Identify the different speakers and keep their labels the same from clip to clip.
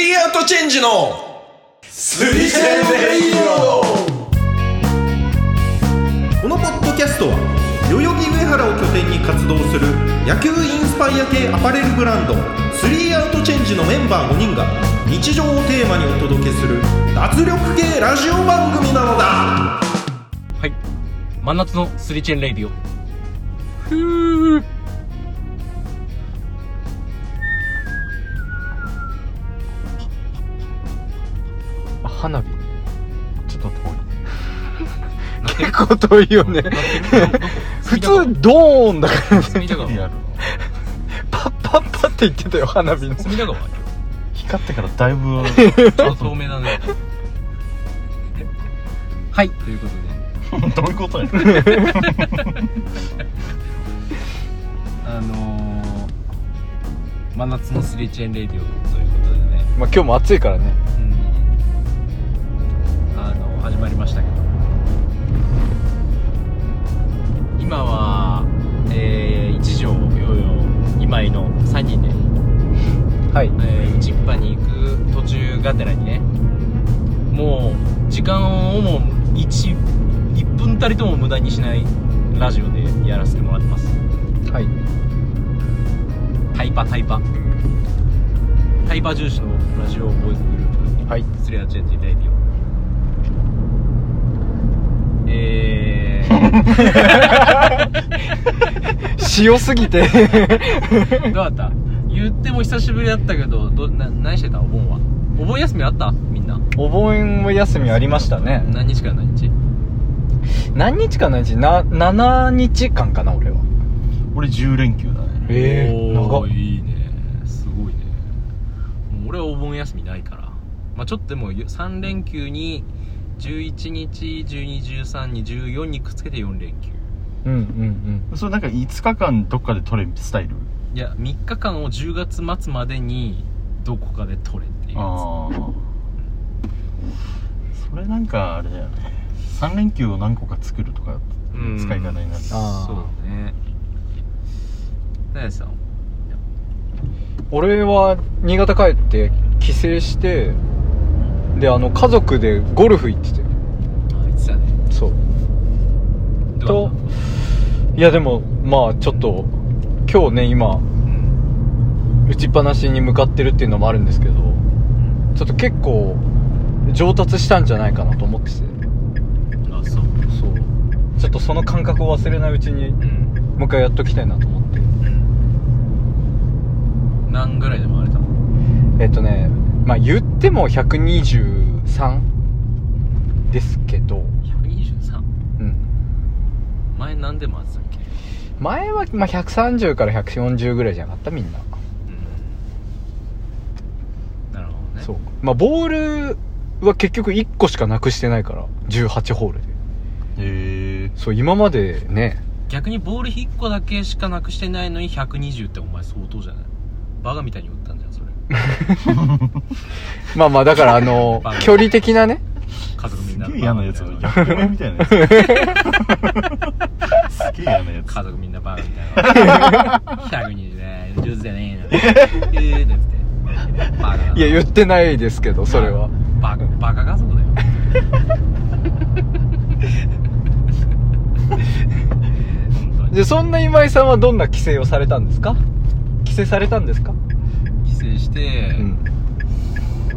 Speaker 1: チェンジの
Speaker 2: スリセンレイド
Speaker 3: このポッドキャストは代々木上原を拠点に活動する野球インスパイア系アパレルブランドスリーアウトチェンジのメンバー5人が日常をテーマにお届けする脱力系ラジオ番組なのだ
Speaker 4: はい。真夏のスリチェンレイ ディオ。
Speaker 5: あ花火ちょっと遠い結構遠いよね普通ドーンだからね
Speaker 4: 隅田川。
Speaker 5: パッパッパって言ってたよ花火の
Speaker 4: 隅田 川。
Speaker 2: 光ってからだいぶ
Speaker 4: ちょっと透明だね。はい、ということで。
Speaker 2: どういうことや
Speaker 4: あのー、真夏のスリチェンレイディオということでね。
Speaker 5: まあ今日も暑いからね
Speaker 4: うん。あの、始まりましたけど。今は、えー、一条、ヨヨ、今井の3人で、
Speaker 5: はい
Speaker 4: えー、内っ端に行く途中がてらにねもう時間をもう 1, 1分たりとも無駄にしないラジオでやらせてもらってます
Speaker 5: はい
Speaker 4: タイパタイパタイパ重視のラジオボーイズグループ
Speaker 5: はい
Speaker 4: スレアチェンジレディオえー
Speaker 5: 塩すぎて
Speaker 4: どうだった言っても久しぶりだったけどどな何してたお盆はお盆休みあったみんな
Speaker 5: お盆も休みありましたね
Speaker 4: 何日から何日
Speaker 5: 何日かない日な7日間かな俺は
Speaker 2: 俺10連休だね
Speaker 5: ええ
Speaker 4: お
Speaker 5: 長
Speaker 4: ー
Speaker 5: っ
Speaker 4: いいねすごいねもう俺はお盆休みないからまあちょっとでも3連休に11日1213に14にくっつけて4連休
Speaker 5: うんうん
Speaker 2: それなんか5日間どっかで取れスタイル
Speaker 4: いや3日間を10月末までにどこかで取れっていうや
Speaker 2: ああそれなんかあれだよね3連休を何個か作るとか
Speaker 4: うん
Speaker 2: 使い方になる
Speaker 4: つ
Speaker 5: あー
Speaker 4: そうね大地さん
Speaker 5: うん俺は新潟帰って帰省してであの家族でゴルフ行ってて
Speaker 4: あいつだね
Speaker 5: そう
Speaker 4: どう
Speaker 5: といやでもまあちょっと今日ね今
Speaker 4: だったうん
Speaker 5: 打ちっぱなしに向かってるっていうのもあるんですけど
Speaker 4: うん
Speaker 5: ちょっと結構上達したんじゃないかなと思ってて
Speaker 4: あそ
Speaker 5: そ
Speaker 4: う
Speaker 5: うちょっとその感覚を忘れないうちに
Speaker 4: うん
Speaker 5: もう一回やっときたいなと思って
Speaker 4: うん何ぐらいで回れたの
Speaker 5: えっとねまあ言っても123ですけど
Speaker 4: 123?
Speaker 5: うん
Speaker 4: 前何で回ってたっけ
Speaker 5: 前は、まあ、130から140ぐらいじゃなかったみんな
Speaker 4: うんなるほどね
Speaker 5: そうまあボールは結局1個しかなくしてないから18ホールで
Speaker 2: へえ
Speaker 5: そう今までね
Speaker 4: 逆にボール1個だけしかなくしてないのに120ってお前相当じゃないバカみたいに打ったんじゃんそれ
Speaker 5: まあ まあだからあの距離的なね
Speaker 4: 家族みんな
Speaker 2: すげえ嫌なやつだ
Speaker 4: バ
Speaker 2: ヤ
Speaker 4: カみたい
Speaker 2: ッコメみたいなやつすげえ嫌なやつ
Speaker 4: 家族みんなバカみたいな 120ね上手じゃねえのええーってバカだない
Speaker 5: や言ってないですけどそれは
Speaker 4: バカバカ家族 だよ本当に
Speaker 5: でそんな今井さんはどんな規制をされたんですか規制されたんですか
Speaker 4: 帰省して
Speaker 5: うん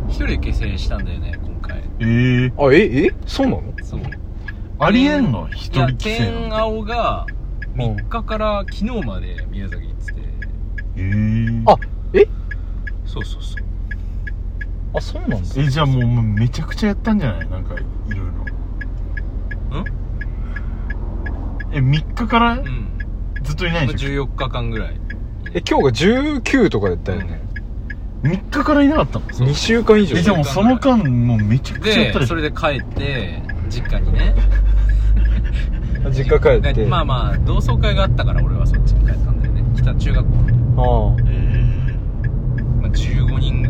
Speaker 4: 一人で帰省したんだよね今回
Speaker 2: ええ
Speaker 5: あええそうなの
Speaker 4: そう
Speaker 2: ありえんの一
Speaker 4: いや
Speaker 2: 人規制なん
Speaker 4: 天
Speaker 2: て
Speaker 4: 青が3日から昨日まで宮崎行ってて
Speaker 2: え
Speaker 5: あえ
Speaker 4: そうそうそう
Speaker 5: あそうなんだ
Speaker 2: えじゃあもうめちゃくちゃやったんじゃないなんかいろいろ
Speaker 4: ん
Speaker 2: え3日から
Speaker 4: うん
Speaker 2: ずっといないでしょ
Speaker 4: 14日間ぐらい
Speaker 5: え今日が19とかだったよね、
Speaker 2: 3日からいなかったの
Speaker 4: そう
Speaker 5: 2週間以上
Speaker 2: えじゃあもうその間もうめちゃくちゃやった
Speaker 4: で
Speaker 2: でし
Speaker 4: そ
Speaker 2: ょ
Speaker 4: れで帰って実家にね
Speaker 5: 実家帰って
Speaker 4: まあまあ同窓会があったから俺はそっちに帰ったんだよね北中学校の、
Speaker 5: あ
Speaker 2: えー
Speaker 4: まあ、15人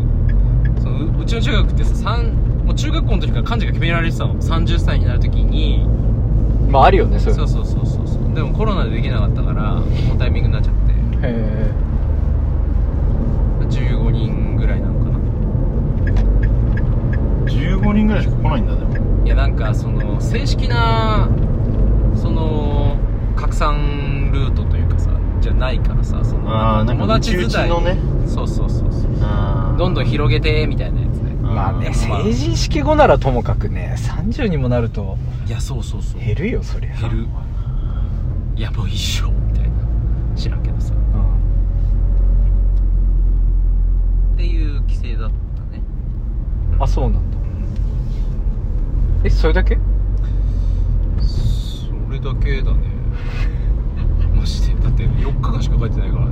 Speaker 4: そのううちの中学ってさ三もう中学校の時から漢字が決められてたの30歳になる時に
Speaker 5: あまああるよねそういう
Speaker 4: そ
Speaker 5: の
Speaker 4: うそうそうそうそうでもコロナでできなかったからこのタイミングになっちゃって
Speaker 5: へえ
Speaker 4: 15人ぐらいなのかな
Speaker 2: 15人ぐらいしか来ないんだでも
Speaker 4: いやなんかその正式なその拡散ルートというかさじゃないからさそ
Speaker 2: あ
Speaker 4: の
Speaker 2: あなんか
Speaker 4: 友達
Speaker 2: う
Speaker 4: 自
Speaker 2: ち
Speaker 4: 体
Speaker 2: のね
Speaker 4: そうそうそうそうどんどん広げてみたいなやつね
Speaker 5: まあね成人式後ならともかくね30にもなると
Speaker 4: いやそうそうそう
Speaker 5: 減るよそりゃ
Speaker 4: 減るいやもう一生みたいな知らんけどさ
Speaker 5: うん
Speaker 4: っていう規制だったね
Speaker 5: あそうなんだえそれだけ
Speaker 4: それだけだねマジでだって4日間しか書いてないからね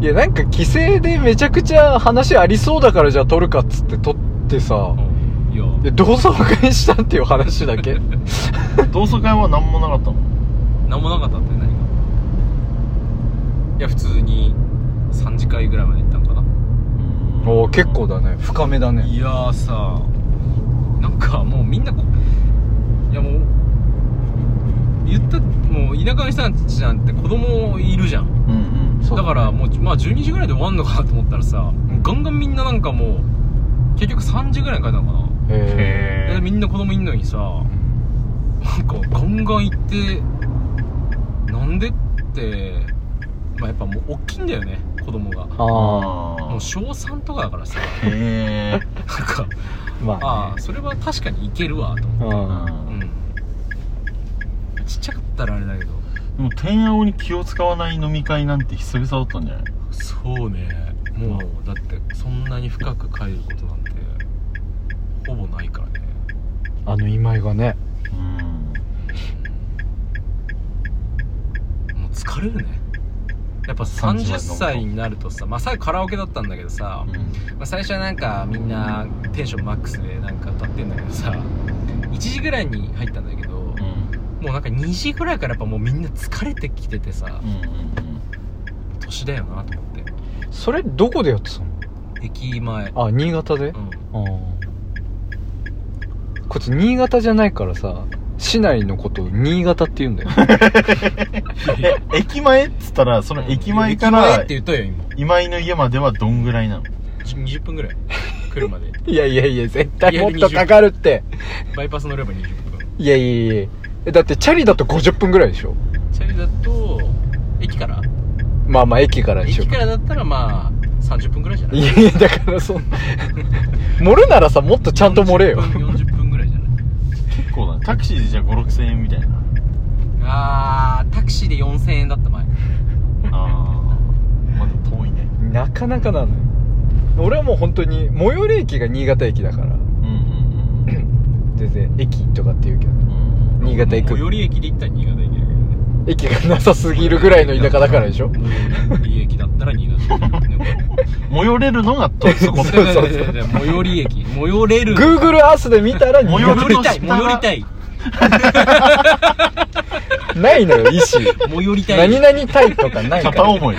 Speaker 5: いやなんか規制でめちゃくちゃ話ありそうだからじゃあ撮るかっつって撮ってさ
Speaker 4: うんいや
Speaker 5: いや同窓会したっていう話だ け
Speaker 2: 同窓会は何もなかったの
Speaker 4: 何もなかったって何がいや普通に3次会ぐらいまで行ったのか
Speaker 5: おお結構だね深めだ
Speaker 4: な
Speaker 5: ね
Speaker 4: いやーさなんかもうみんなこいやもう言ったもう田舎の人たちなんて子供いるじゃん
Speaker 2: うんうん
Speaker 5: そう
Speaker 4: だからもう、まあ、12時ぐらいで終わんのかなと思ったらさもうガンガンみんななんかもう結局3時ぐらいに帰ったのか
Speaker 5: へ
Speaker 4: な、で
Speaker 2: へ
Speaker 4: みんな子供いんのにさなんかガンガン行ってなんでってまあやっぱもう大きいんだよね子供が
Speaker 5: ーあ
Speaker 4: も
Speaker 2: あ
Speaker 4: う小3とかだからさ
Speaker 2: へえ
Speaker 4: なんか
Speaker 5: あまあ
Speaker 4: ああそれは確かにいけるわと思
Speaker 5: ねうん
Speaker 4: ううんちっちゃかったらあれだけど
Speaker 2: でも天安に気を使わない飲み会なんて久々だったんじゃない
Speaker 4: そうねもうだってそんなに深く帰ることなんてほぼないからね
Speaker 5: あの今井がね
Speaker 2: うん
Speaker 4: もう疲れるねやっぱ
Speaker 2: 30
Speaker 4: 30歳になるとさまあ最後カラオケだったんだけどさ、まあ、最初はなんかみんなテンションマックスでなんか歌ってんだけどさ1時ぐらいに入ったんだけど、も
Speaker 2: うん
Speaker 4: うなんか2時ぐらいからやっぱもうみんな疲れてきててさ
Speaker 2: うんうん
Speaker 4: 年だよなと思って
Speaker 5: それどこでやってたの
Speaker 4: 駅前
Speaker 5: あ新潟で
Speaker 4: うん
Speaker 5: ああこっち新潟じゃないからさ市内のことを新潟って言うんだよ
Speaker 2: え駅前っつったらその駅前か
Speaker 4: 駅前
Speaker 2: ら
Speaker 4: って言ったよ今
Speaker 2: 今井の家まではどんぐらいなの
Speaker 4: 20分ぐらい車で
Speaker 5: いやいやいや絶対もっとかかるって
Speaker 4: バイパス乗れば20分
Speaker 5: いやいやいやえだってチャリだと50分ぐらいでしょ
Speaker 4: チャリだと駅から
Speaker 5: まあまあ駅からでしょ
Speaker 4: 駅からだったらまあ30分ぐらいじゃない
Speaker 5: いやいやだからそん 盛るならさもっとちゃんと盛れよ
Speaker 4: 40分40分ぐらいじゃない
Speaker 2: 結構だねタクシーでじゃあ56000円みたいな
Speaker 4: あータクシーで4000円だった前
Speaker 2: ああまあでも遠いね
Speaker 5: なかなかなのよ俺はもう本当に最寄り駅が新潟駅だから
Speaker 2: うんうんうん
Speaker 5: 全然駅とかって言うけど新潟行
Speaker 4: 最寄
Speaker 5: く
Speaker 4: り駅で行ったら新潟駅だけどね
Speaker 5: 駅がなさすぎるぐらいの田舎だからでしょ
Speaker 4: 最寄り駅だったら新潟駅だけどね
Speaker 2: 最寄れるのがとそこ
Speaker 5: そうそうそう
Speaker 4: いやいやいや最寄り駅最寄れる
Speaker 5: Google Earth で見たら新
Speaker 2: 最寄
Speaker 4: 最寄
Speaker 5: 潟
Speaker 4: りたい
Speaker 2: 最寄りの下
Speaker 4: 最寄りたい
Speaker 5: ないのよ意 思
Speaker 4: 最寄りたい
Speaker 5: 何々タイとかないか
Speaker 2: 片
Speaker 5: ら
Speaker 2: 思 い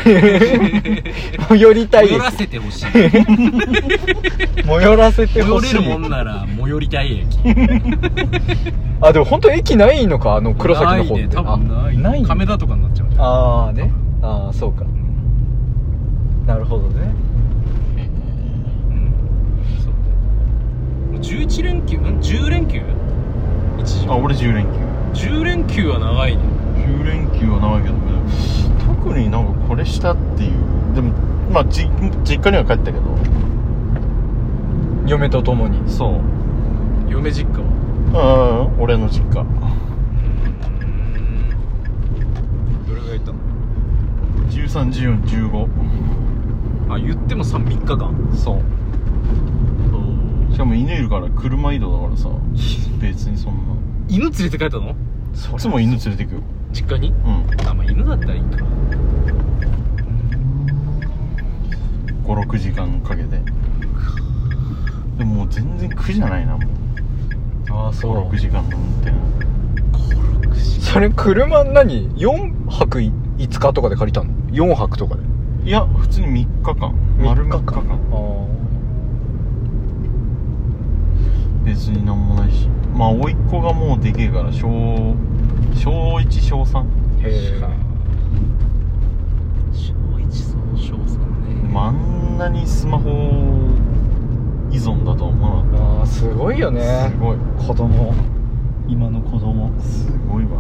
Speaker 5: 最寄りたいで
Speaker 4: 最寄
Speaker 5: す
Speaker 4: らせてほしい
Speaker 5: 最寄らせて
Speaker 4: 最寄
Speaker 5: ほ
Speaker 4: れ
Speaker 5: しい
Speaker 4: るもんなら最寄りたい駅
Speaker 5: あでも本当駅ないのかあの黒崎の方っ
Speaker 4: な
Speaker 5: て
Speaker 4: いね多分
Speaker 5: あ
Speaker 4: ない
Speaker 5: ないんだ
Speaker 4: 亀田とかになっちゃうんだよ
Speaker 5: ああねああそうかなるほどね
Speaker 4: うんそうもう11連休ん10連休一時
Speaker 2: あ俺10連休
Speaker 4: 10連休は長いね
Speaker 2: 10連休は長いけど特になんかこれしたっていうでもまあじ実家には帰ったけど
Speaker 5: 嫁と共に
Speaker 2: そう
Speaker 4: 嫁実家は
Speaker 2: うん俺の実家
Speaker 4: どれぐらい行ったの
Speaker 2: 131415
Speaker 4: あ言ってもさ3日間
Speaker 2: そうしかも犬いるから車移動だからさ別にそんな
Speaker 4: 犬連れて帰ったの
Speaker 2: いつも犬連れてくよ
Speaker 4: 実家に
Speaker 2: うん
Speaker 4: あまあ犬だったらいいか
Speaker 2: 56時間かけてでももう全然苦じゃないなも
Speaker 5: ああ
Speaker 2: う56時間の運転
Speaker 5: それ車何4泊5日とかで借りたの4泊とかで
Speaker 2: いや普通に3日間丸3日間
Speaker 5: あ
Speaker 2: 別になんもないしまあ甥っ子がもうでけえから小小1小3
Speaker 5: あへ
Speaker 4: 小一そう小三ね
Speaker 2: でもあんなにスマホを依依存だとは思わなかっ
Speaker 5: ああすごいよ
Speaker 2: た
Speaker 5: ね
Speaker 2: すごい
Speaker 5: 子供
Speaker 2: 今の子供すごいわ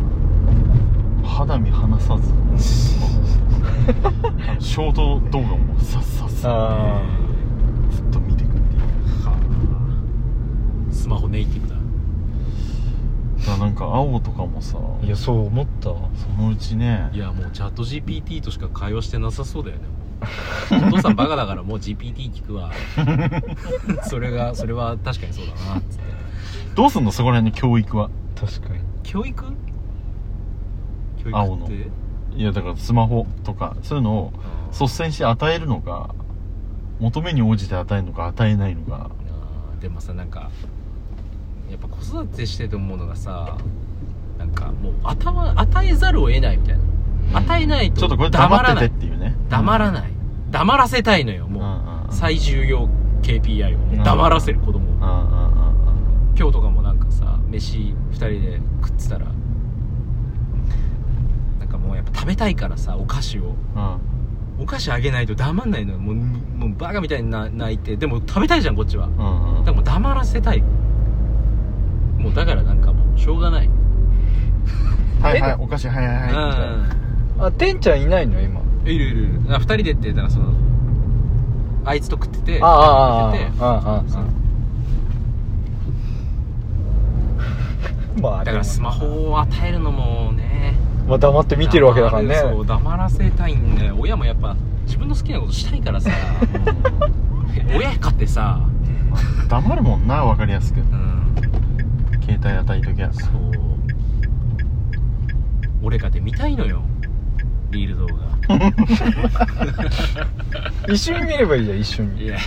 Speaker 2: 肌身離さずあのショート動画もさっさっさ
Speaker 5: あ
Speaker 2: ずっと見てくっていう
Speaker 4: あスマホネイティブだ
Speaker 2: だからなんか青とかもさ
Speaker 5: あいやそう思った
Speaker 2: そのうちね
Speaker 4: いやもうチャット GPT としか会話してなさそう だよねお父さんバカだからもう GPT 聞くわ それがそれは確かにそうだなつって
Speaker 2: どうすんのそこら辺の教育は
Speaker 5: 確かに
Speaker 4: 教育教
Speaker 2: 青
Speaker 4: 育っ
Speaker 2: の
Speaker 4: て
Speaker 2: いやだからスマホとかそういうのを率先して与えるのか求めに応じて与えるのか与えないのか
Speaker 4: あーでもさなんかやっぱ子育てしてて思うのがさなんかもう頭与えざるを得ないみたいな与えない
Speaker 2: ち
Speaker 4: と
Speaker 2: ょっとこれ
Speaker 4: 黙
Speaker 2: 黙
Speaker 4: ら
Speaker 2: っ
Speaker 4: な
Speaker 2: て
Speaker 4: い
Speaker 2: てっていうね
Speaker 4: 黙らない黙らせたいのよ
Speaker 2: うんう
Speaker 4: も
Speaker 2: んうん
Speaker 4: う最重要 KPI を
Speaker 2: うん
Speaker 4: 黙らせる子供を
Speaker 2: うんうんうんうん
Speaker 4: 今日とかもなんかさ飯2人で食ってたらなんかもうやっぱ食べたいからさお菓子を
Speaker 2: うん
Speaker 4: お菓子あげないと黙んないのよもうもうバカみたいにな泣いてでも食べたいじゃんこっちは
Speaker 2: うんう
Speaker 4: だ
Speaker 2: ん
Speaker 4: からもう黙らせたいもうだからなんかもうしょうがない、
Speaker 2: はいはいお菓子はいはいはいみたいな
Speaker 5: あてんちゃんいないの今
Speaker 4: うんいるいるいる2人でって言ったらそのあいつと食ってて
Speaker 5: ああああああ
Speaker 4: 食ってて
Speaker 5: あああ
Speaker 4: そう
Speaker 5: まあ
Speaker 4: だからスマホを与えるのもね
Speaker 5: まあ黙って見てるわけだからね
Speaker 4: 黙るそう黙らせたいんだよ親もやっぱ自分の好きなことしたいから さ親かってさ、
Speaker 2: 黙るもんな分かりやすく
Speaker 4: うん、
Speaker 2: 携帯与えときゃ
Speaker 4: そう俺かって見たいのよリール動画
Speaker 5: 一瞬見ればいいじゃん一瞬
Speaker 4: いやいや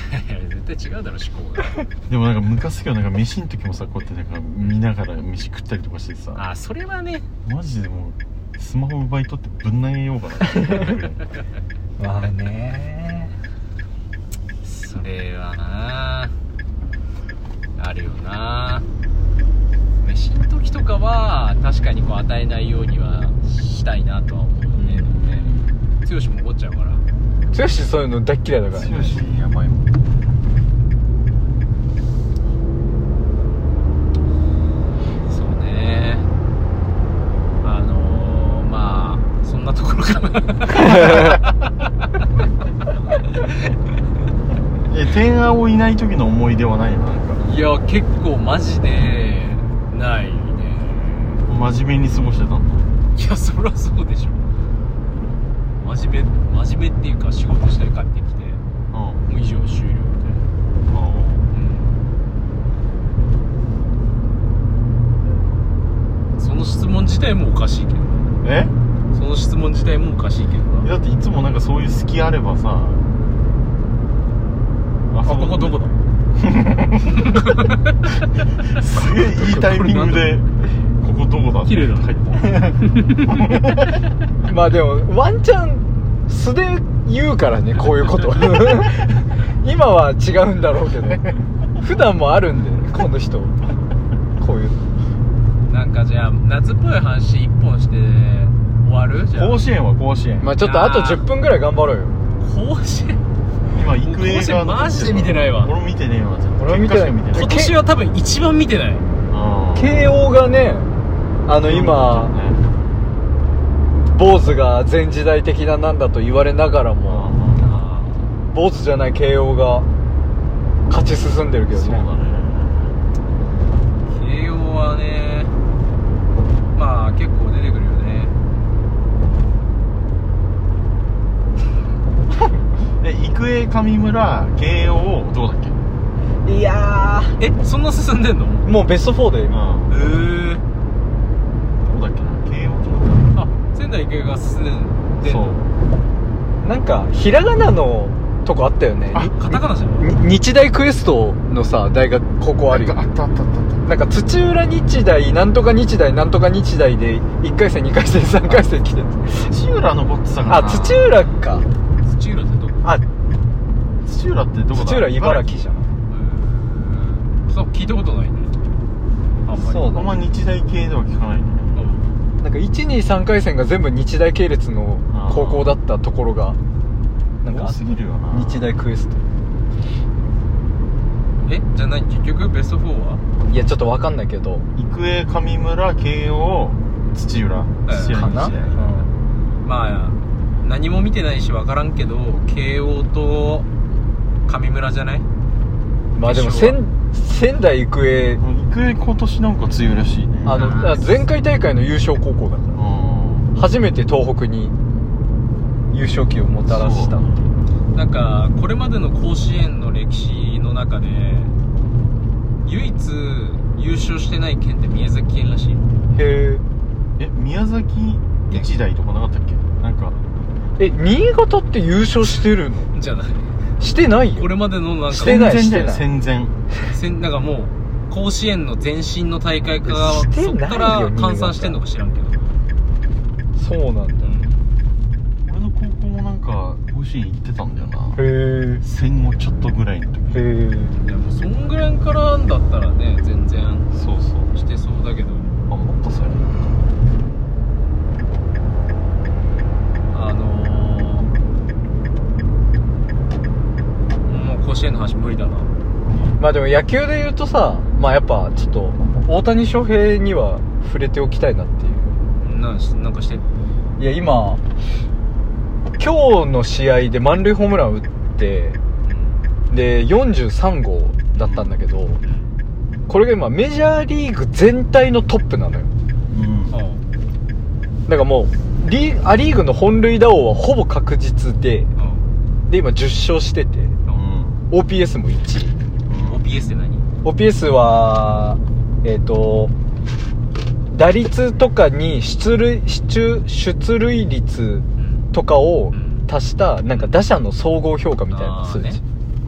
Speaker 4: 絶対違うだろ思考が
Speaker 2: でもなんか昔はなんか飯の時もさこうやってなんか見ながら飯食ったりとかしてさ
Speaker 4: あそれはね
Speaker 2: マジでもうスマホ奪い取ってぶん投げようかな
Speaker 5: まあね
Speaker 4: それはなあるよな飯の時とかは確かにこう与えないようにはしたいなとは思うよねでもね剛も怒っちゃうから
Speaker 5: 剛そういうの大っ嫌いだからね
Speaker 2: 剛やばいもん
Speaker 4: そうねあのー、まあそんなところかな
Speaker 2: え天青いない時の思い出はないのなん
Speaker 4: いや結構マジでないね
Speaker 2: か真面目に過ごしてたんだ
Speaker 4: いやそりゃそうでしょ真面目真面目っていうか仕事して帰ってきて
Speaker 2: うんあ
Speaker 4: もう以上終了みたいなその質問自体もおかしいけどな
Speaker 2: ーえ
Speaker 4: その質問自体もおかしいけどな
Speaker 2: だっていつもなんかそういう隙あればさあ
Speaker 4: あここどこだ
Speaker 2: すげえいいタイミングでここどこだって
Speaker 4: 綺麗だ
Speaker 2: 入った
Speaker 5: まあでもワンチャン素で言うからねこういうこと 今は違うんだろうけど普段もあるんでねこの人こういう
Speaker 4: なんかじゃあ夏っぽい話1本して終わるじゃあ
Speaker 2: 甲子園は甲子園、
Speaker 5: まあちょっとあと10分ぐらい頑張ろうよ
Speaker 4: 甲子園
Speaker 2: 今行く
Speaker 4: 甲
Speaker 2: 映画の
Speaker 4: 子園マジで見てないわ
Speaker 2: 俺も見てねえわ
Speaker 5: 俺も見てない
Speaker 2: 結果しか見て
Speaker 4: 今
Speaker 2: ない
Speaker 4: 年は多分一番見てない
Speaker 2: あー
Speaker 5: 慶応がねあの今坊主が前時代的ななんだと言われながらも
Speaker 2: あ
Speaker 5: 坊主じゃない慶応が勝ち進んでるけ
Speaker 2: ー
Speaker 5: ど
Speaker 2: そう
Speaker 5: ね
Speaker 2: だね
Speaker 4: 慶応はねまあ結構出てくるよね
Speaker 2: で育英上村慶応どうだっけ
Speaker 5: いや
Speaker 4: えそんな進んでんの
Speaker 5: ーもうベスト4で今
Speaker 2: うん
Speaker 4: えー、
Speaker 2: どうだっけな慶応
Speaker 4: あ仙台育英が進んでん
Speaker 2: そう
Speaker 4: の
Speaker 5: なんかひらがなのとこあったよね
Speaker 4: あカタカナじゃん
Speaker 5: に日大クエストのさ大学高校あるよ
Speaker 2: あったあったあったあっ
Speaker 5: なんか土浦日大なんとか日大なんとか日大で1回戦2回戦3回戦来てて
Speaker 2: た土浦登ってたから
Speaker 5: あ
Speaker 2: な
Speaker 5: 土浦か
Speaker 4: 土浦ってどこ
Speaker 5: あ
Speaker 2: 土浦ってどこだ
Speaker 5: 土浦茨城じゃん
Speaker 4: そう聞いたことないねあんまり
Speaker 5: そう
Speaker 2: あんま日大系では聞かないね
Speaker 4: うん
Speaker 5: なんか123回戦が全部日大系列の高校だったところがなんか
Speaker 2: 多すぎるよな
Speaker 5: 日大クエスト
Speaker 4: えじゃない結局ベスト4はい
Speaker 5: やちょっとわかんないけど
Speaker 2: 育英上村慶応土浦土
Speaker 5: か
Speaker 2: 浦
Speaker 5: な、
Speaker 2: 日大
Speaker 4: まあ何も見てないし分からんけど慶応と上村じゃない
Speaker 5: まあでも
Speaker 4: 決勝
Speaker 5: 仙仙台育英
Speaker 2: 育英今年なんか強いらしいね
Speaker 5: あの
Speaker 4: あー
Speaker 5: 前回大会の優勝高校だか
Speaker 2: うん
Speaker 5: ら初めて東北に優勝旗をもたらした
Speaker 2: そう
Speaker 4: なんかこれまでの甲子園の歴史の中で唯一優勝してない県って宮崎県らしい
Speaker 5: へ
Speaker 2: え宮崎日大とかなかったっけなんか
Speaker 5: ええ新潟って優勝してるの
Speaker 4: じゃない
Speaker 5: してないよ
Speaker 4: これまでのなんか
Speaker 5: してない
Speaker 2: 戦前だよ
Speaker 5: して
Speaker 2: 戦前
Speaker 4: せんなんかもう甲子園の前身の大会か
Speaker 5: して
Speaker 4: そっ
Speaker 5: ないよ
Speaker 4: から換算してんのか知らんけど、
Speaker 5: そうなんだ
Speaker 4: うん
Speaker 2: 俺の高校もなんか甲子園行ってたんだよな
Speaker 5: へえ
Speaker 2: 戦後ちょっとぐらいの時
Speaker 5: へえ
Speaker 4: でもそんぐらいからだったらね全然
Speaker 2: そうそう
Speaker 4: してそうだけど
Speaker 2: あもっとそれ
Speaker 4: あのー、もう甲子園の話無理だな
Speaker 5: まあでも野球で言うとさまあやっぱちょっと大谷翔平には触れておきたいなっていう
Speaker 4: なんしなんかして
Speaker 5: いや今今日の試合で満塁ホームラン打ってで43号だったんだけどこれが今メジャーリーグ全体のトップなのよ
Speaker 2: うん
Speaker 4: あ
Speaker 5: だからもうリア・リーグの本塁打王はほぼ確実で
Speaker 4: ああ
Speaker 5: で今10勝してて
Speaker 2: う
Speaker 4: あ
Speaker 2: ん
Speaker 5: OPS も1位
Speaker 4: あ OPS って何
Speaker 5: OPS はえっ、と打率とかに出塁出出塁率
Speaker 4: うん
Speaker 5: とかを足したなんか打者の総合評価みたいな数値、
Speaker 4: あーね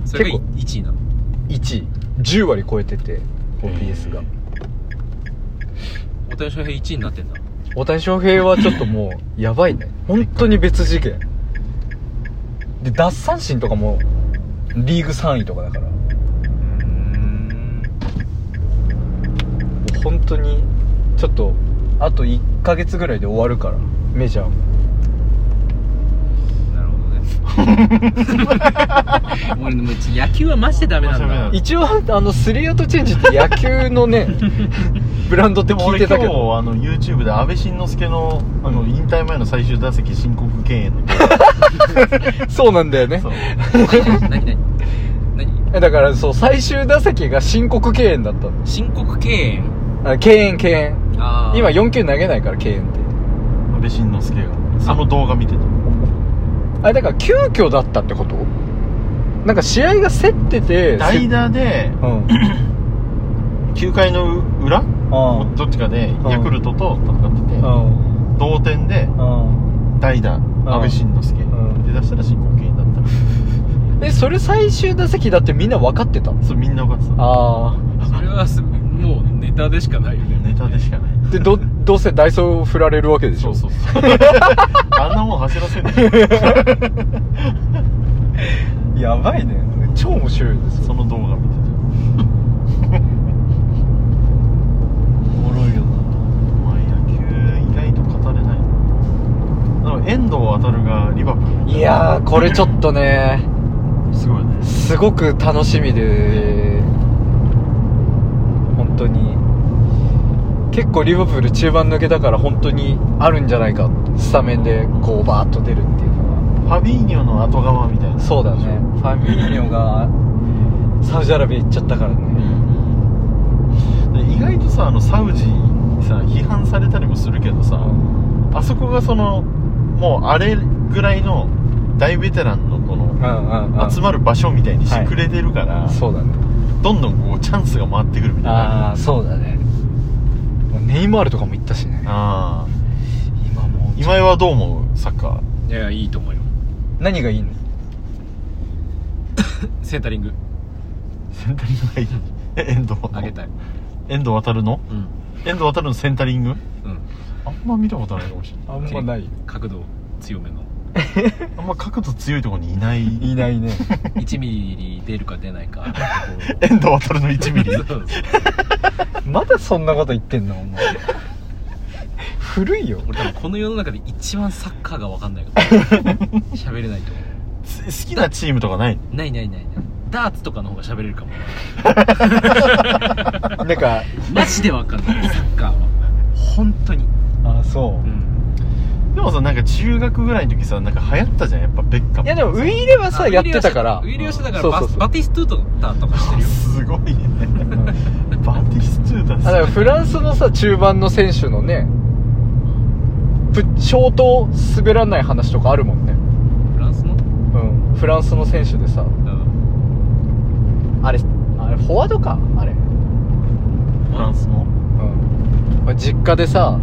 Speaker 4: それが
Speaker 5: 結構
Speaker 4: 1位なの
Speaker 5: 1位10割超えてて OPS が、
Speaker 2: へー
Speaker 4: 大谷翔平1位になってんだ
Speaker 5: 大谷翔平はちょっともうやばいね本当に別次元で奪三振とかもリーグ3位とかだからも
Speaker 4: うん
Speaker 5: う本当にちょっとあと1ヶ月ぐらいで終わるからメジャーも
Speaker 4: なるほ どね俺もう野球はマジでダメなん
Speaker 2: マジダメな
Speaker 4: だ
Speaker 2: の
Speaker 5: 一応あのスリーアウトチェンジって野球のねブランドって
Speaker 2: でも
Speaker 5: 聞い
Speaker 2: 俺
Speaker 5: て
Speaker 2: 今
Speaker 5: た
Speaker 2: 日
Speaker 5: け
Speaker 2: あ
Speaker 5: ど
Speaker 2: の YouTube で安倍晋之助のあの引退前の最終打席申告敬遠の
Speaker 5: そうなんだよ ね
Speaker 2: そう
Speaker 4: 何何何
Speaker 5: えだからそう最終打席が申告敬遠だったの
Speaker 4: 申告敬遠
Speaker 5: あ敬遠敬遠
Speaker 4: ああ
Speaker 5: 今4球投げないから敬遠って
Speaker 2: 安倍晋之助がその動画見てた
Speaker 5: あれだから急遽だったってことなんか試合が競ってて
Speaker 2: 代打で
Speaker 5: うん
Speaker 2: 9回の裏
Speaker 5: うん
Speaker 2: どっちかで
Speaker 5: ん
Speaker 2: ヤクルトと戦ってて
Speaker 5: うん
Speaker 2: 同点で
Speaker 5: うん
Speaker 2: 代打安倍晋之助
Speaker 5: ん
Speaker 2: で出したら申告敬遠だった
Speaker 5: えそれ最終打席だってみんな分かってた
Speaker 2: そうみんな分かってた
Speaker 5: あ
Speaker 4: それはすもうネタでしかないよね
Speaker 2: ネタでしかない
Speaker 5: あでどどうせダイソー振られるわけでし
Speaker 2: そ
Speaker 5: ょ
Speaker 2: うそうそう あんなもん走らせない
Speaker 5: やばいね超面白いです
Speaker 2: その動画見てた
Speaker 5: おもろいよ
Speaker 2: まあ野球意外と語れないなでも遠藤航がリバプール
Speaker 5: いやーこれちょっとね
Speaker 2: すごいね
Speaker 5: すごく楽しみで本当に結構リバプール中盤抜けだから本当にあるんじゃないかスタメンでこうバーッと出るっていうの
Speaker 2: ファビーニョの後側みたいな
Speaker 5: はそうだねファミーニョがサウジアラビア行っちゃったから
Speaker 2: う
Speaker 5: ね
Speaker 2: んで意外とさあのサウジにさ批判されたりもするけどさあそこがそのもうあれぐらいの大ベテランのこの
Speaker 5: うんうんうん
Speaker 2: 集まる場所みたいにしてくれてるから、
Speaker 5: そうだね
Speaker 2: どんどんこうチャンスが回ってくるみたいな
Speaker 5: ああそうだねもうネイマールとかも行ったしね
Speaker 2: ああ
Speaker 5: 今もう
Speaker 2: 今井はどう思うサッカー
Speaker 4: いやいやいいと思うよ
Speaker 5: 何がいいの
Speaker 4: センタリング
Speaker 2: センタリングがいいえ遠藤
Speaker 4: あげたい
Speaker 2: 遠藤航の
Speaker 4: うん
Speaker 2: 遠藤航のセンタリング
Speaker 4: うん
Speaker 2: あんま見たことないかもしれない
Speaker 5: あんまない
Speaker 4: 角度強めの
Speaker 2: あんま角度強いところにいない
Speaker 5: いないね
Speaker 4: 1ミリ出るか出ないか
Speaker 2: 遠藤航の1ミリ
Speaker 4: そうそう
Speaker 5: まだそんなこと言ってんのお 前古いよ
Speaker 4: 俺多分この世の中で一番サッカ ーが分かんないから喋れないと思
Speaker 2: つ好きなチームとかないう
Speaker 4: ないないないないダーツとかの方が喋れるかも
Speaker 5: なんか
Speaker 4: マジでわかんないサッカーは本当に
Speaker 5: あそううん
Speaker 2: でもさなんか中学ぐらいの時さなんか流行ったじゃんやっぱベッカム
Speaker 5: いやでもウイイレはさ
Speaker 4: あ
Speaker 5: やってたから
Speaker 4: ウィリオしてたから
Speaker 5: そう
Speaker 4: バ
Speaker 5: そうそう
Speaker 4: バティストゥータとかしてるよ
Speaker 2: すごいね
Speaker 5: うん
Speaker 2: バティストゥータ
Speaker 5: あだから
Speaker 2: ス
Speaker 5: フランスのさ中盤の選手のねプ消灯滑らない話とかあるもんね
Speaker 4: フランス
Speaker 5: う
Speaker 4: の
Speaker 5: んフランスの選手でさ
Speaker 4: うん
Speaker 5: あれあれフォワードかあれ
Speaker 2: フランスの
Speaker 5: うん、まあ実家でさ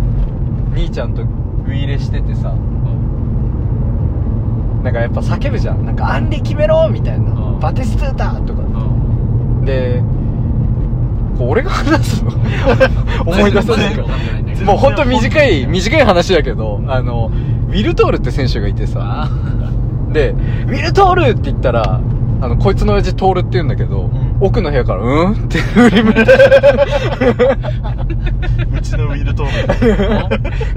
Speaker 5: 兄ちゃんとウイイレしててさなんかやっぱ叫ぶじゃんなんか「アンリ決めろ!」みたいな
Speaker 4: う
Speaker 5: 「
Speaker 4: ん
Speaker 5: バティストゥータ!」とか
Speaker 4: うん
Speaker 5: でこう俺が話すの思い出さないか
Speaker 4: 全然わかんないんだけど
Speaker 5: もうほんと短い短い話だけどあのウィルトールって選手がいて
Speaker 4: あ
Speaker 5: さ
Speaker 4: ー
Speaker 5: で「ウィルトール!」って言ったらあのこいつの親父トールって言うんだけど、
Speaker 2: ん
Speaker 5: 奥の部屋から「うん?」って振り向いて
Speaker 2: うちのウィルト
Speaker 5: 「ウ
Speaker 2: ー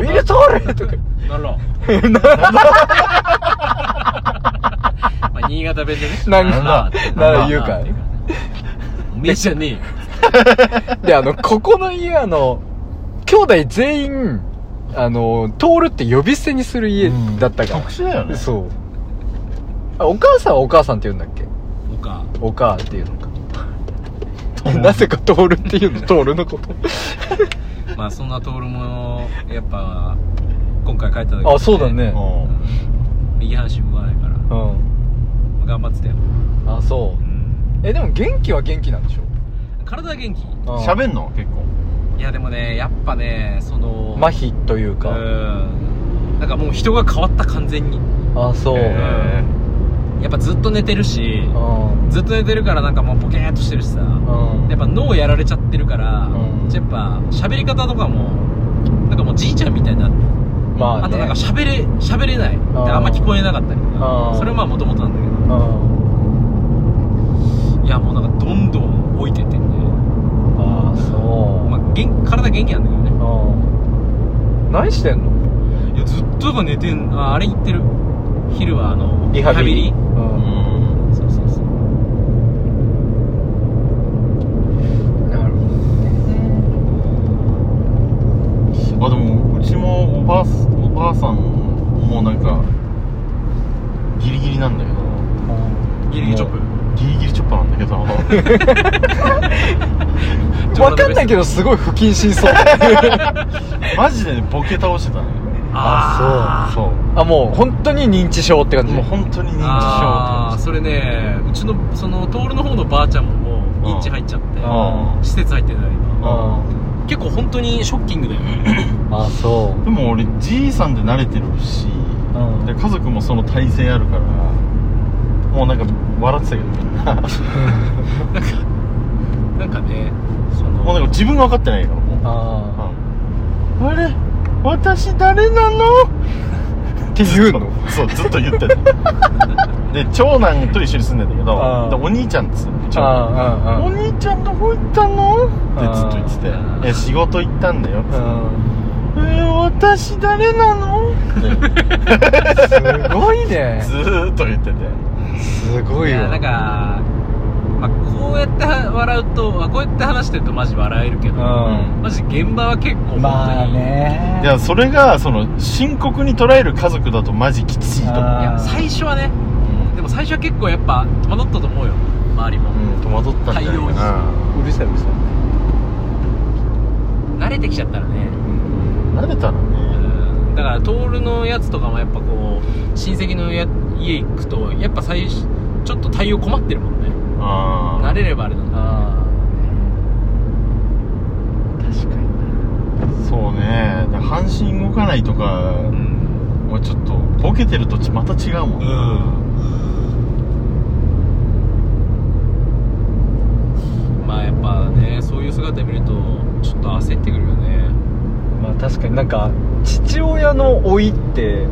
Speaker 5: ィルトール!」とか
Speaker 4: ならまあ新潟弁でね
Speaker 5: なん
Speaker 2: か
Speaker 5: なら言うから
Speaker 4: ならおめえじゃねえよ
Speaker 5: で、あの、ここの家、あの、兄弟全員、あの、通るって呼び捨てにする家だったから。
Speaker 2: 特殊だよね
Speaker 5: そう。あ、お母さんはお母さんって言うんだっけ
Speaker 4: おか
Speaker 5: お母っていうのか。なぜか通るっていうの、通るのこと。
Speaker 4: まあそんな徹もやっぱ今回帰った時
Speaker 5: あ、そうだね。
Speaker 4: 右半身動かないから
Speaker 5: うん。
Speaker 4: 頑張ってたよ、
Speaker 5: あ、そうう。
Speaker 4: ん、
Speaker 5: え、でも元気は元気なんでしょ
Speaker 4: 体は元気
Speaker 5: うん
Speaker 2: 喋んの結構
Speaker 4: いやでもねやっぱねその
Speaker 5: 麻痺という
Speaker 4: う
Speaker 5: か。
Speaker 4: んなんかもう人が変わった完全に
Speaker 5: あ、そう。
Speaker 2: えへ
Speaker 4: やっぱずっと寝てるし
Speaker 5: うん。
Speaker 4: ずっと寝てるからなんかもうボケーっとしてるしさ
Speaker 5: うん。
Speaker 4: やっぱ脳やられちゃってるから、
Speaker 5: うん
Speaker 4: やっぱ喋り方とかもなんかもうじいちゃんみたいになって
Speaker 5: まあ、ね、
Speaker 4: あとなんか喋れ喋れない
Speaker 5: ん
Speaker 4: であんま聞こえなかったりと
Speaker 5: う
Speaker 4: か
Speaker 5: ん
Speaker 4: それはまあもともとなんだけど
Speaker 5: うん。
Speaker 4: いやもうなんかどんどん老いてってんで、
Speaker 5: あ、そう。
Speaker 4: まあ、元体元気なんだけど
Speaker 5: うん何してんの
Speaker 4: ねいやずっとが寝てんああれ行ってる昼はあの
Speaker 5: うん
Speaker 2: うん
Speaker 4: そうそうそう
Speaker 5: なるほど
Speaker 2: あでもうちもおばあすおばあさんもなんかギリギリなんだけど
Speaker 4: ギリギリチョップ
Speaker 2: ギリギリチョッパーなんだけ ど
Speaker 5: 分かんないけどすごい不謹慎そう
Speaker 2: マジでねボケ倒してたね
Speaker 5: あ
Speaker 4: う
Speaker 2: そ
Speaker 5: あもう本当に認知症って感
Speaker 2: う
Speaker 5: じ
Speaker 2: もう本当に認知症って
Speaker 4: あ
Speaker 2: 感
Speaker 4: ー
Speaker 2: じ
Speaker 4: それねうちのその徹の方のばあちゃんももう認知入っちゃって
Speaker 2: あ
Speaker 4: 施設入ってない今
Speaker 5: あ
Speaker 4: 結構本当にショッキングだよね
Speaker 5: あそ
Speaker 2: でも俺じいさんで慣れてるし、
Speaker 5: うん
Speaker 2: で家族もその体勢あるからもうなんか笑ってたけどみん
Speaker 4: な
Speaker 2: な
Speaker 4: んかねそ
Speaker 2: もう
Speaker 4: の
Speaker 2: なんか自分が分かってないからも
Speaker 5: う
Speaker 2: う
Speaker 5: あ
Speaker 2: うんあれ私誰なの
Speaker 5: あって言うの
Speaker 2: そうずっと言ってた で長男と一緒に住んでんだけ
Speaker 5: あ
Speaker 2: ど
Speaker 5: ー
Speaker 2: でお兄ちゃんっつって長男
Speaker 5: あ
Speaker 2: お兄ちゃんどこ行ったのってずっと言ってて
Speaker 4: あー
Speaker 2: 「いや仕事行ったんだよ」
Speaker 5: うんうん
Speaker 2: えー私誰なの?」って
Speaker 5: すごい ね
Speaker 2: ずーっと言ってて
Speaker 5: すご
Speaker 4: い
Speaker 5: い
Speaker 4: や
Speaker 5: わ
Speaker 4: なんか、まあ、こうやっては笑うとあこうやって話してるとマジ笑えるけ
Speaker 5: う
Speaker 4: どマジ現場は結構本当に、
Speaker 5: んまあね
Speaker 2: いやそれがその深刻に捉える家族だとマジきついと思
Speaker 5: あ
Speaker 2: う
Speaker 4: いや最初はねでも最初は結構やっぱ戸惑ったと思うよ周りも
Speaker 2: うん戸惑ったんじゃないかな
Speaker 5: うるさいうるさい
Speaker 4: 慣れてきちゃったらね
Speaker 2: 慣れたら
Speaker 4: う
Speaker 2: ね
Speaker 4: んだからトールのやつとかもやっぱこう親戚のや家行くとやっぱ最初ちょっと対応困ってるもんね
Speaker 2: あ
Speaker 4: 慣
Speaker 2: あ
Speaker 4: れればあれなんだ
Speaker 5: あ
Speaker 4: 確かに
Speaker 2: そうねで半身動かないとか
Speaker 4: うん
Speaker 2: もうちょっとボケてるとちまた違うもんな
Speaker 4: まあやっぱねそういう姿見るとちょっと焦ってくるよね
Speaker 5: あまあ確かになんか父親の老いって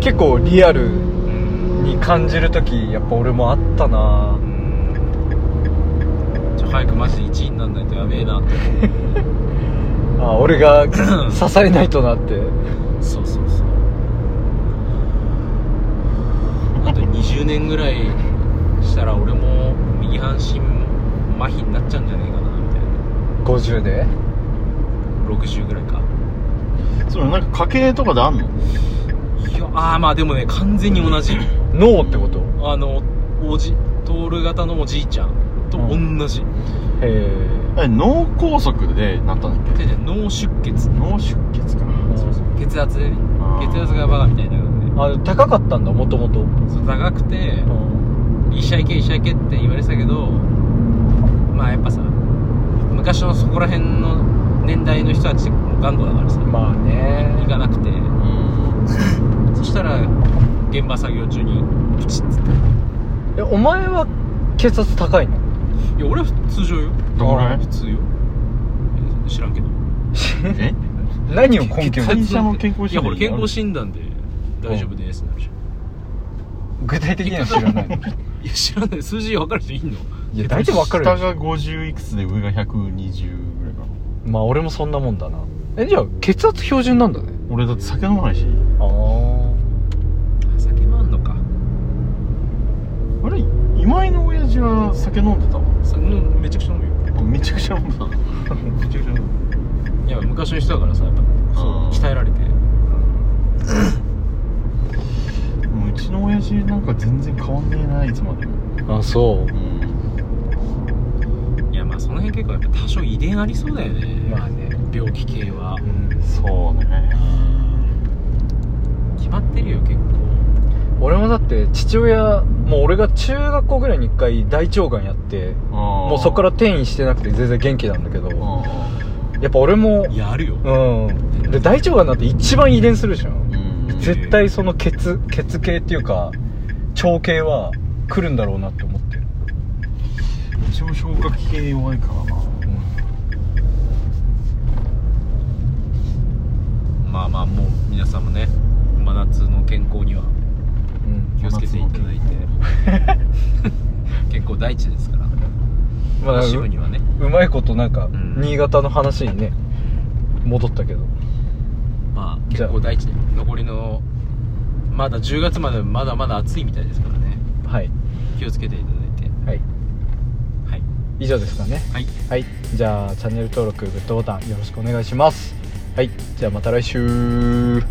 Speaker 5: 結構リアルに感じる時やっぱ俺もあったな
Speaker 4: ちょ早くマジで1位になんないとやべえなって
Speaker 5: あ俺が支えないとなって
Speaker 4: そうそうそうあと20年ぐらいしたら俺も右違反心麻痺になっちゃうんじゃねえかなみたいな
Speaker 5: 50で
Speaker 4: 60ぐらいか
Speaker 2: それなんか家計とかであんの
Speaker 4: いやあーまあでもね完全に同じ
Speaker 5: 脳ってこと
Speaker 4: あのおじトール型のおじいちゃんと同じ、
Speaker 5: へえ
Speaker 2: え脳梗塞でなったんだっけ
Speaker 4: でね脳出血
Speaker 2: 脳出血か
Speaker 5: そうそう
Speaker 4: 血圧でね
Speaker 2: あー
Speaker 4: 血圧がバカみたいなので
Speaker 5: あ高かったんだもともと
Speaker 4: そう高くて医者行け医者行けって言われてたけどまあやっぱさ昔のそこら辺の年代の人たちも頑固だからさ
Speaker 5: まあね
Speaker 4: 行かなくて
Speaker 2: うん
Speaker 4: そしたら現場作業中にプチッつって
Speaker 5: えお前は血圧高いの
Speaker 4: いや俺は通常よ
Speaker 2: どこら
Speaker 4: 普
Speaker 2: 辺
Speaker 4: 通よえ知らんけど
Speaker 2: え
Speaker 5: 何を根拠
Speaker 2: 会
Speaker 5: に
Speaker 2: 社の健康診断
Speaker 4: いやこれ健康診断で大丈夫ですってなるじゃん
Speaker 5: 具体的には知らないの
Speaker 4: いや知らない数字分かる人いんの
Speaker 5: いや大体わかるで
Speaker 2: 下
Speaker 5: し
Speaker 2: が50いくつで上が120ぐらいかな
Speaker 5: ょまあ俺もそんなもんだなえじゃあ血圧標準なんだね
Speaker 2: 俺だって酒飲まないし
Speaker 5: ああ
Speaker 4: 酒もあんのか
Speaker 2: あれ今井の親父は酒飲んでたの
Speaker 4: そのめちゃくちゃ飲むよ
Speaker 2: めちゃくちゃ飲んで たの
Speaker 4: めちゃくちゃ飲むいや昔の人だからさやっぱそう
Speaker 2: あー
Speaker 4: 鍛えられて
Speaker 2: でもうちの親父なんか全然変わんねえないつまでも
Speaker 5: あそ
Speaker 2: うん
Speaker 4: いやまあその辺結構やっぱ多少遺伝ありそうだよね
Speaker 5: うまあね
Speaker 4: 病気系は
Speaker 5: うん
Speaker 2: そうね
Speaker 4: 決まってるよ結構
Speaker 5: 俺もだって父親もう俺が中学校ぐらいに一回大腸がんやって
Speaker 2: も
Speaker 5: もうそこから転移してなくて全然元気なんだけど
Speaker 2: う
Speaker 5: やっぱ俺も
Speaker 4: いやあるよ
Speaker 5: うんで大腸がんなんて一番遺伝するじゃん
Speaker 2: ん
Speaker 5: 絶対その血血系っていうか腸系は来るんだろうなって思ってる、
Speaker 2: うちも消化器系弱いからな
Speaker 4: まあまあもう皆さんもね真夏の健康には
Speaker 5: うん
Speaker 4: 気をつけていただいて結構大地ですから
Speaker 5: まあ
Speaker 4: 支部に
Speaker 5: う
Speaker 4: はね
Speaker 5: うまいことなんか
Speaker 4: ん
Speaker 5: 新潟の話にね戻ったけど
Speaker 4: まあ結構大地で残りのまだ10月までまだまだ暑いみたいですからね
Speaker 5: はい
Speaker 4: 気をつけていただいて
Speaker 5: はい
Speaker 4: はい
Speaker 5: 以上ですかね
Speaker 4: はい
Speaker 5: はいじゃあチャンネル登録グッドボタンよろしくお願いしますはいじゃあまた来週